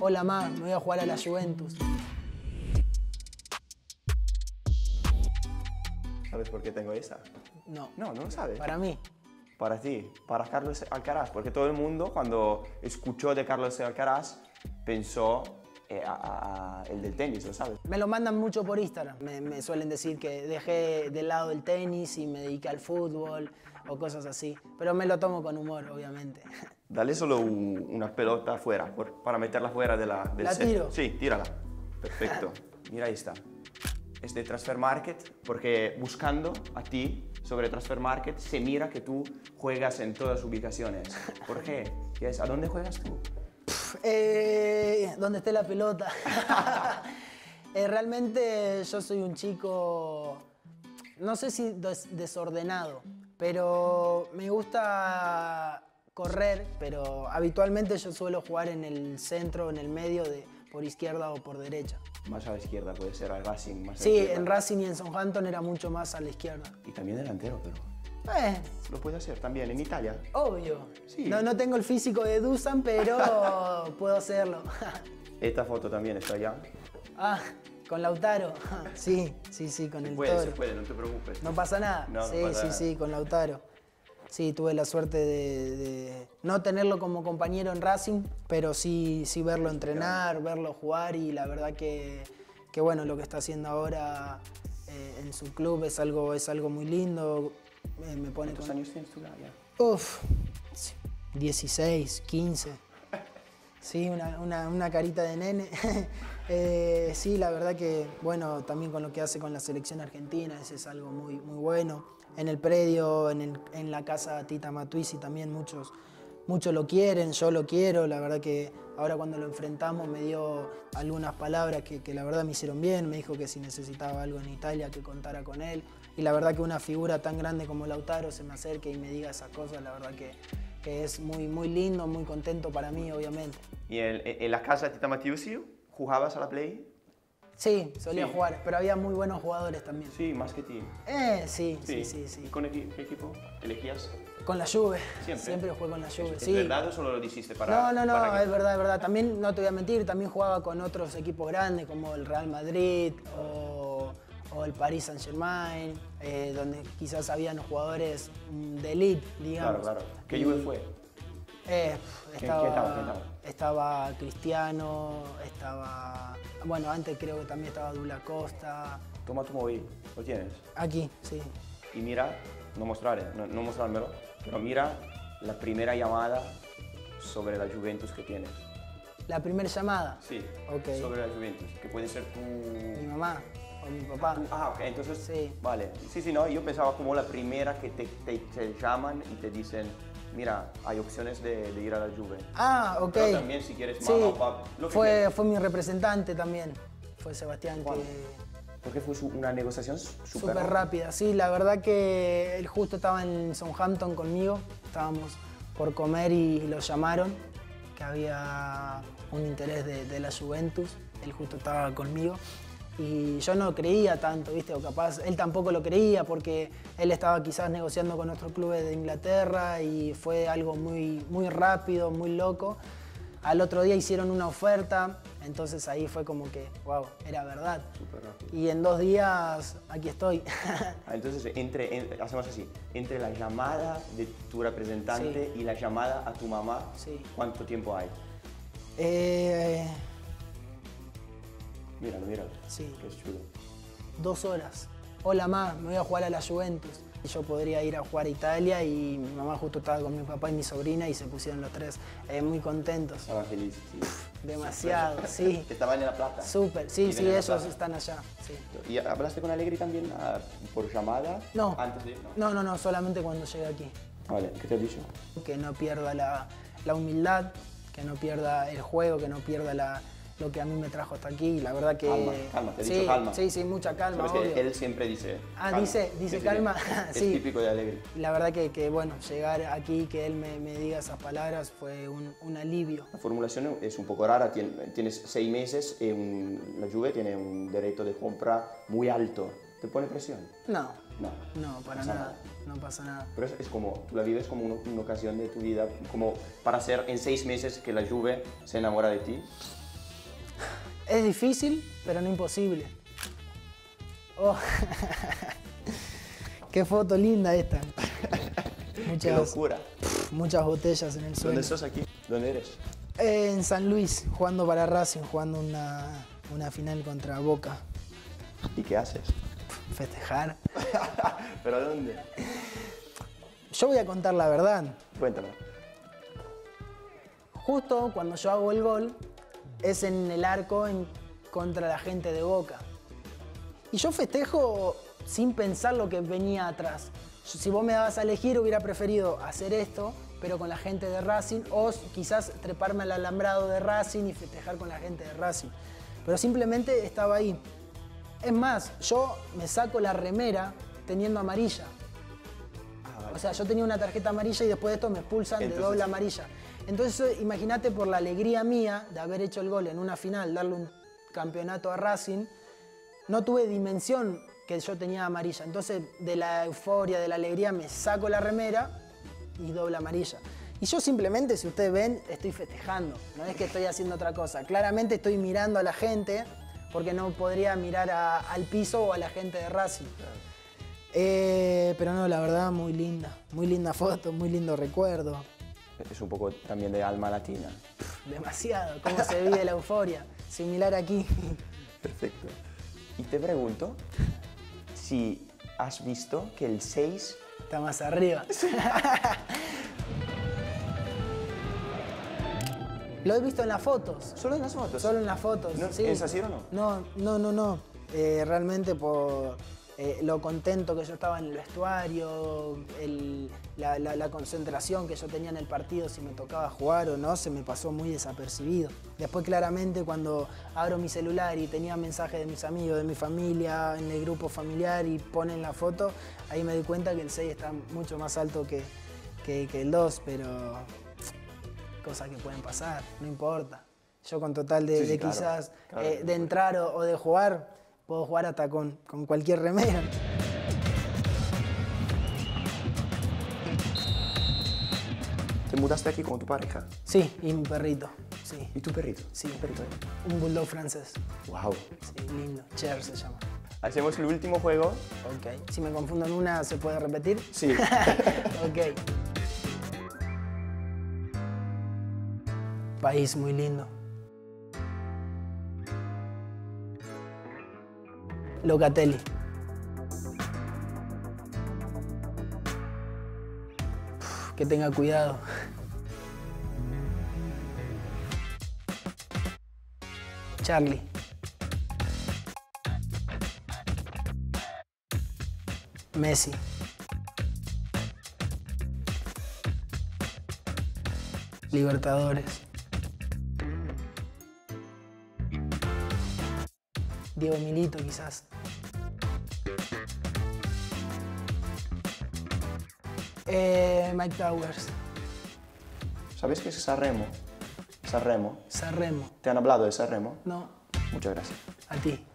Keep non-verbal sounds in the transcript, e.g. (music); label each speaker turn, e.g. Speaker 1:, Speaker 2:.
Speaker 1: Hola, ma, me voy a jugar a la Juventus.
Speaker 2: ¿Sabes por qué tengo esa?
Speaker 1: No,
Speaker 2: No, no lo sabes.
Speaker 1: para mí.
Speaker 2: Para ti, para Carlos Alcaraz, porque todo el mundo cuando escuchó de Carlos Alcaraz pensó eh, a- a- a el del tenis, ¿lo sabes?
Speaker 1: Me lo mandan mucho por Instagram. Me, me suelen decir que dejé de lado el tenis y me dediqué al fútbol o cosas así. Pero me lo tomo con humor, obviamente.
Speaker 2: Dale solo u- una pelota fuera, por- para meterla fuera de la, del
Speaker 1: ¿La
Speaker 2: set.
Speaker 1: tiro?
Speaker 2: Sí, tírala. Perfecto. Mira esta. Es de Transfer Market, porque buscando a ti sobre Transfer Market se mira que tú juegas en todas ubicaciones. ¿Por qué? ¿Qué es? ¿A dónde juegas tú?
Speaker 1: Eh, ¿Dónde esté la pelota? (laughs) Eh, realmente yo soy un chico, no sé si des- desordenado, pero me gusta correr, pero habitualmente yo suelo jugar en el centro, en el medio, de, por izquierda o por derecha.
Speaker 2: Más a la izquierda, puede ser al Racing. Más a la
Speaker 1: Sí,
Speaker 2: izquierda.
Speaker 1: en Racing y en Southampton era mucho más a la izquierda.
Speaker 2: Y también delantero, pero.
Speaker 1: Eh,
Speaker 2: Lo puede hacer también en Italia.
Speaker 1: obvio.
Speaker 2: Sí.
Speaker 1: No, no tengo el físico de Dusan, pero puedo hacerlo. (laughs)
Speaker 2: Esta foto también está allá.
Speaker 1: Ah, con Lautaro. (laughs) Sí, sí, sí, con el
Speaker 2: Puede, se
Speaker 1: toro.
Speaker 2: puede, no te preocupes.
Speaker 1: No pasa nada.
Speaker 2: No, no
Speaker 1: sí,
Speaker 2: pasa
Speaker 1: sí,
Speaker 2: nada.
Speaker 1: sí, con Lautaro. Sí, tuve la suerte de, de no tenerlo como compañero en Racing, pero sí, sí verlo entrenar, verlo jugar y la verdad que, que bueno, lo que está haciendo ahora eh, en su club es algo, es algo muy lindo. Eh, me pone
Speaker 2: ¿Cuántos
Speaker 1: con-
Speaker 2: años tienes tú ya?
Speaker 1: Uf, sí, 16, 15. Sí, una, una- una carita de nene. (laughs) Eh, sí, la verdad que, bueno, también con lo que hace con la selección argentina, ese es algo muy, muy bueno. En el predio, en, el- en la casa Tita Matuisi también muchos, muchos lo quieren, yo lo quiero. La verdad que ahora cuando lo enfrentamos me dio algunas palabras que, que la verdad me hicieron bien. Me dijo que si necesitaba algo en Italia que contara con él. Y la verdad que una figura tan grande como Lautaro se me acerque y me diga esas cosas, la verdad que, que es muy, muy lindo, muy contento para mí, obviamente.
Speaker 2: ¿Y en, en la casa de Tita Matiusi jugabas a la play?
Speaker 1: Sí, solía
Speaker 2: Sí.
Speaker 1: jugar, pero había muy buenos jugadores también.
Speaker 2: Sí, más que ti.
Speaker 1: Eh, sí, sí, sí,
Speaker 2: ¿Y
Speaker 1: sí.
Speaker 2: con equi- qué equipo elegías?
Speaker 1: Con la Juve.
Speaker 2: Siempre.
Speaker 1: jugué con la Juve,
Speaker 2: ¿Es
Speaker 1: sí.
Speaker 2: verdad o solo lo dijiste
Speaker 1: no,
Speaker 2: para.?
Speaker 1: no, no,
Speaker 2: para que-
Speaker 1: es verdad, es verdad. También, no te voy a mentir, también jugaba con otros equipos grandes como el Real Madrid o, o el Paris Saint Germain, donde quizás habían jugadores mm, de elite, digamos.
Speaker 2: Claro, claro. ¿Qué Juve fue?
Speaker 1: Eh, pf,
Speaker 2: ¿Quién-
Speaker 1: estaba,
Speaker 2: quién estaba? ¿Quién estaba?
Speaker 1: estaba Cristiano, estaba. Bueno, antes creo que también estaba Dula Costa.
Speaker 2: Toma tu móvil, lo tienes.
Speaker 1: Aquí, sí.
Speaker 2: Y mira, no mostraré, no, no mostrármelo, pero mira la primera llamada sobre la Juventus que tienes.
Speaker 1: La primera llamada.
Speaker 2: Sí,
Speaker 1: Ok.
Speaker 2: sobre la Juventus, que puede ser tu.
Speaker 1: Mi mamá o mi papá.
Speaker 2: tu- Ah, ok, entonces.
Speaker 1: Sí.
Speaker 2: Vale. Sí, sí, no, yo pensaba como la primera que te, te- te llaman y te dicen, mira, hay opciones de, de ir a la Juve.
Speaker 1: Ah, ok.
Speaker 2: Pero también si quieres
Speaker 1: Sí,
Speaker 2: mamá o papá, lo que
Speaker 1: fue,
Speaker 2: quieras.
Speaker 1: fue mi representante también. Fue Sebastián
Speaker 2: Juan.
Speaker 1: que.
Speaker 2: Porque fue su- una negociación súper
Speaker 1: Súper rápida. Sí, la verdad que él justo estaba en Southampton conmigo. Estábamos por comer y lo llamaron. Que había un interés de, de la Juventus. Él justo estaba conmigo. Y yo no creía tanto, ¿viste? O capaz él tampoco lo creía porque él estaba quizás negociando con otros clubes de Inglaterra y fue algo muy, muy rápido, muy loco. Al otro día hicieron una oferta, entonces ahí fue como que, wow, era verdad.
Speaker 2: Súper rápido.
Speaker 1: Y en dos días aquí estoy. (laughs)
Speaker 2: Ah, Entonces, entre, en- hacemos así, entre la llamada de tu representante y la llamada a tu mamá,
Speaker 1: Sí.
Speaker 2: ¿cuánto tiempo hay?
Speaker 1: Eh,
Speaker 2: Míralo, míralo.
Speaker 1: Sí.
Speaker 2: Que es chulo.
Speaker 1: dos horas. Hola mamá, me voy a jugar a la Juventus. Y yo podría ir a jugar a Italia y mi mamá justo estaba con mi papá y mi sobrina y se pusieron los tres eh, muy contentos.
Speaker 2: Estaba feliz, sí.
Speaker 1: Demasiado,
Speaker 2: (laughs)
Speaker 1: sí.
Speaker 2: Estaban en La Plata.
Speaker 1: Súper, sí,
Speaker 2: Viven
Speaker 1: sí,
Speaker 2: en La
Speaker 1: ellos
Speaker 2: Plata.
Speaker 1: están allá. sí.
Speaker 2: ¿Y hablaste con Alegri también ah, por llamada?
Speaker 1: No,
Speaker 2: Antes de no.
Speaker 1: no, no, no, solamente cuando llegue aquí.
Speaker 2: Vale, ¿qué te ha dicho?
Speaker 1: que no pierda la, la humildad, que no pierda el juego, que no pierda la- lo que a mí me trajo hasta aquí. Y La verdad que...
Speaker 2: Calma, calma, te he
Speaker 1: sí,
Speaker 2: dicho calma.
Speaker 1: Sí, sí, mucha calma,
Speaker 2: Sabes que
Speaker 1: obvio.
Speaker 2: él siempre dice.
Speaker 1: Ah, dice- dice calma, (laughs)
Speaker 2: Es
Speaker 1: sí.
Speaker 2: típico de Alegri.
Speaker 1: Y La verdad que, que, bueno, llegar aquí, que él me, me diga esas palabras fue un, un alivio.
Speaker 2: La formulación es un poco rara, tien- tienes seis meses y un- la Juve tiene un derecho de compra muy alto. ¿Te pone presión?
Speaker 1: No,
Speaker 2: No.
Speaker 1: no, para
Speaker 2: Pasa
Speaker 1: nada,
Speaker 2: nada.
Speaker 1: no pasa nada.
Speaker 2: Pero es, es como, tú la vives como uno- una ocasión de tu vida, como para hacer en seis meses que la Juve se enamora de ti.
Speaker 1: Es difícil, pero no imposible. Oh. (laughs) Qué foto linda
Speaker 2: (laughs)
Speaker 1: esta.
Speaker 2: Qué
Speaker 1: Muchas,
Speaker 2: locura.
Speaker 1: muchas botellas en el suelo.
Speaker 2: ¿Dónde sos aquí? ¿Dónde eres?
Speaker 1: Eh, en San Luis, jugando para Racing, jugando una, una final contra Boca.
Speaker 2: ¿Y qué haces?
Speaker 1: Festejar.
Speaker 2: ¿Pero dónde?
Speaker 1: Yo voy a contar la verdad.
Speaker 2: Cuéntame.
Speaker 1: Justo cuando yo hago el gol, es en el arco en contra la gente de Boca. Y yo festejo sin pensar lo que venía atrás. Yo- Si vos me dabas a elegir, hubiera preferido hacer esto, pero con la gente de Racing, o quizás treparme al alambrado de Racing y festejar con la gente de Racing. Pero simplemente estaba ahí. Es más, yo me saco la remera teniendo amarilla.
Speaker 2: Ah, vale.
Speaker 1: O sea, yo tenía una tarjeta amarilla y después de esto me expulsan de
Speaker 2: Entonces-
Speaker 1: doble amarilla. Entonces, eh, imagínate por la alegría mía de haber hecho el gol en una final, darle un campeonato a Racing, no tuve dimensión que yo tenía amarilla. Entonces, de la euforia, de la alegría, me saco la remera y doble amarilla. Y yo simplemente, si ustedes ven, estoy festejando, no es que estoy haciendo otra cosa. Claramente estoy mirando a la gente, porque no podría mirar a- al piso o a la gente de Racing. Eh, pero no, la verdad, muy linda. Muy linda foto, muy lindo recuerdo.
Speaker 2: es un poco también de alma latina.
Speaker 1: Pff, Demasiado, cómo se vive la euforia. Similar aquí. (laughs)
Speaker 2: Perfecto. Y te pregunto si has visto que el 6
Speaker 1: Está más arriba. (laughs) Lo he visto en las fotos.
Speaker 2: solo en las fotos.
Speaker 1: Solo en las fotos.
Speaker 2: No,
Speaker 1: sí.
Speaker 2: ¿es así o no?
Speaker 1: No, no, no, no. Eh, realmente por eh, lo contento que yo estaba en el vestuario, el- la, la- la concentración que yo tenía en el partido, si me tocaba jugar o no, se me pasó muy desapercibido. Después claramente cuando abro mi celular y tenía mensajes de mis amigos, de mi familia, en el grupo familiar y ponen la foto, ahí me di cuenta que el 6 está mucho más alto que, que- que el 2, pero cosas que pueden pasar, no importa. Yo con total de,
Speaker 2: Sí, sí,
Speaker 1: de
Speaker 2: claro,
Speaker 1: quizás
Speaker 2: claro
Speaker 1: eh,
Speaker 2: que
Speaker 1: de entrar o, o de jugar, puedo jugar hasta con, con cualquier remera.
Speaker 2: Te mudaste aquí con tu pareja
Speaker 1: Sí, y mi perrito, sí,
Speaker 2: y tu perrito.
Speaker 1: Sí.
Speaker 2: Un perrito.
Speaker 1: un bulldog francés.
Speaker 2: Wow.
Speaker 1: Sí, lindo, Cher se llama.
Speaker 2: Hacemos el último juego.
Speaker 1: Ok, si me confundo en una, ¿se puede repetir?
Speaker 2: Sí.
Speaker 1: (laughs) ok. País muy lindo. Locatelli. Uf, que tenga cuidado. Charlie. Messi. Libertadores. Diego Milito quizás. Eh, Mike Towers,
Speaker 2: ¿Sabes qué es Sanremo? Sanremo.
Speaker 1: Sanremo.
Speaker 2: ¿Te han hablado de Sanremo?
Speaker 1: No,
Speaker 2: Muchas gracias.
Speaker 1: a ti.